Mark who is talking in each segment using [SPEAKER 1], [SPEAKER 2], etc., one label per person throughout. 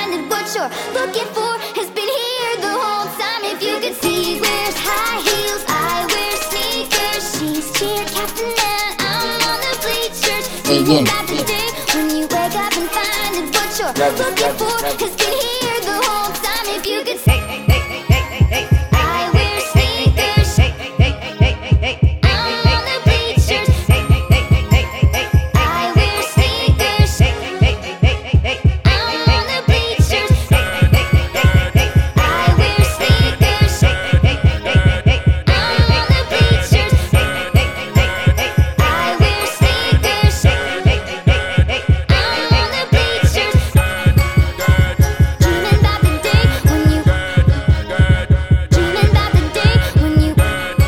[SPEAKER 1] you're looking for has been here the whole time. If you could see, wears high heels, I wear sneakers. She's cheer captain and I'm on the bleachers. Thinking about the day when you wake up and find that what you're looking for has been here the whole time. If you could see, I wear sneakers. I'm on the bleachers. I wear sneakers. I'm on the bleachers. I wear sneakers. I'm on the bleachers. I wear sneakers. I'm on the bleachers. Dreaming about the day when you. Dreaming about the day when you. Wake up and find it what you're. Wake up and find it what you're. Wake up and find it what you're. Wake up and find it what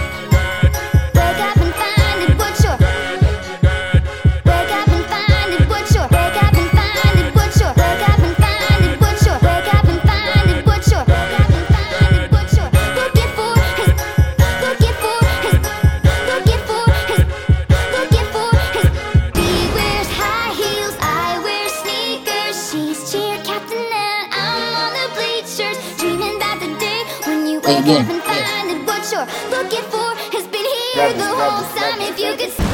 [SPEAKER 1] you're. Wake up and find it what you're. Wake up and find it what you're. Looking for is. Looking for is. Looking for is. Looking for is. He wears high heels. I wear sneakers. She's cheer captain and I'm on the bleachers. Dreaming about the day when you wake up and find it what you're looking for has been here the whole time. If you could.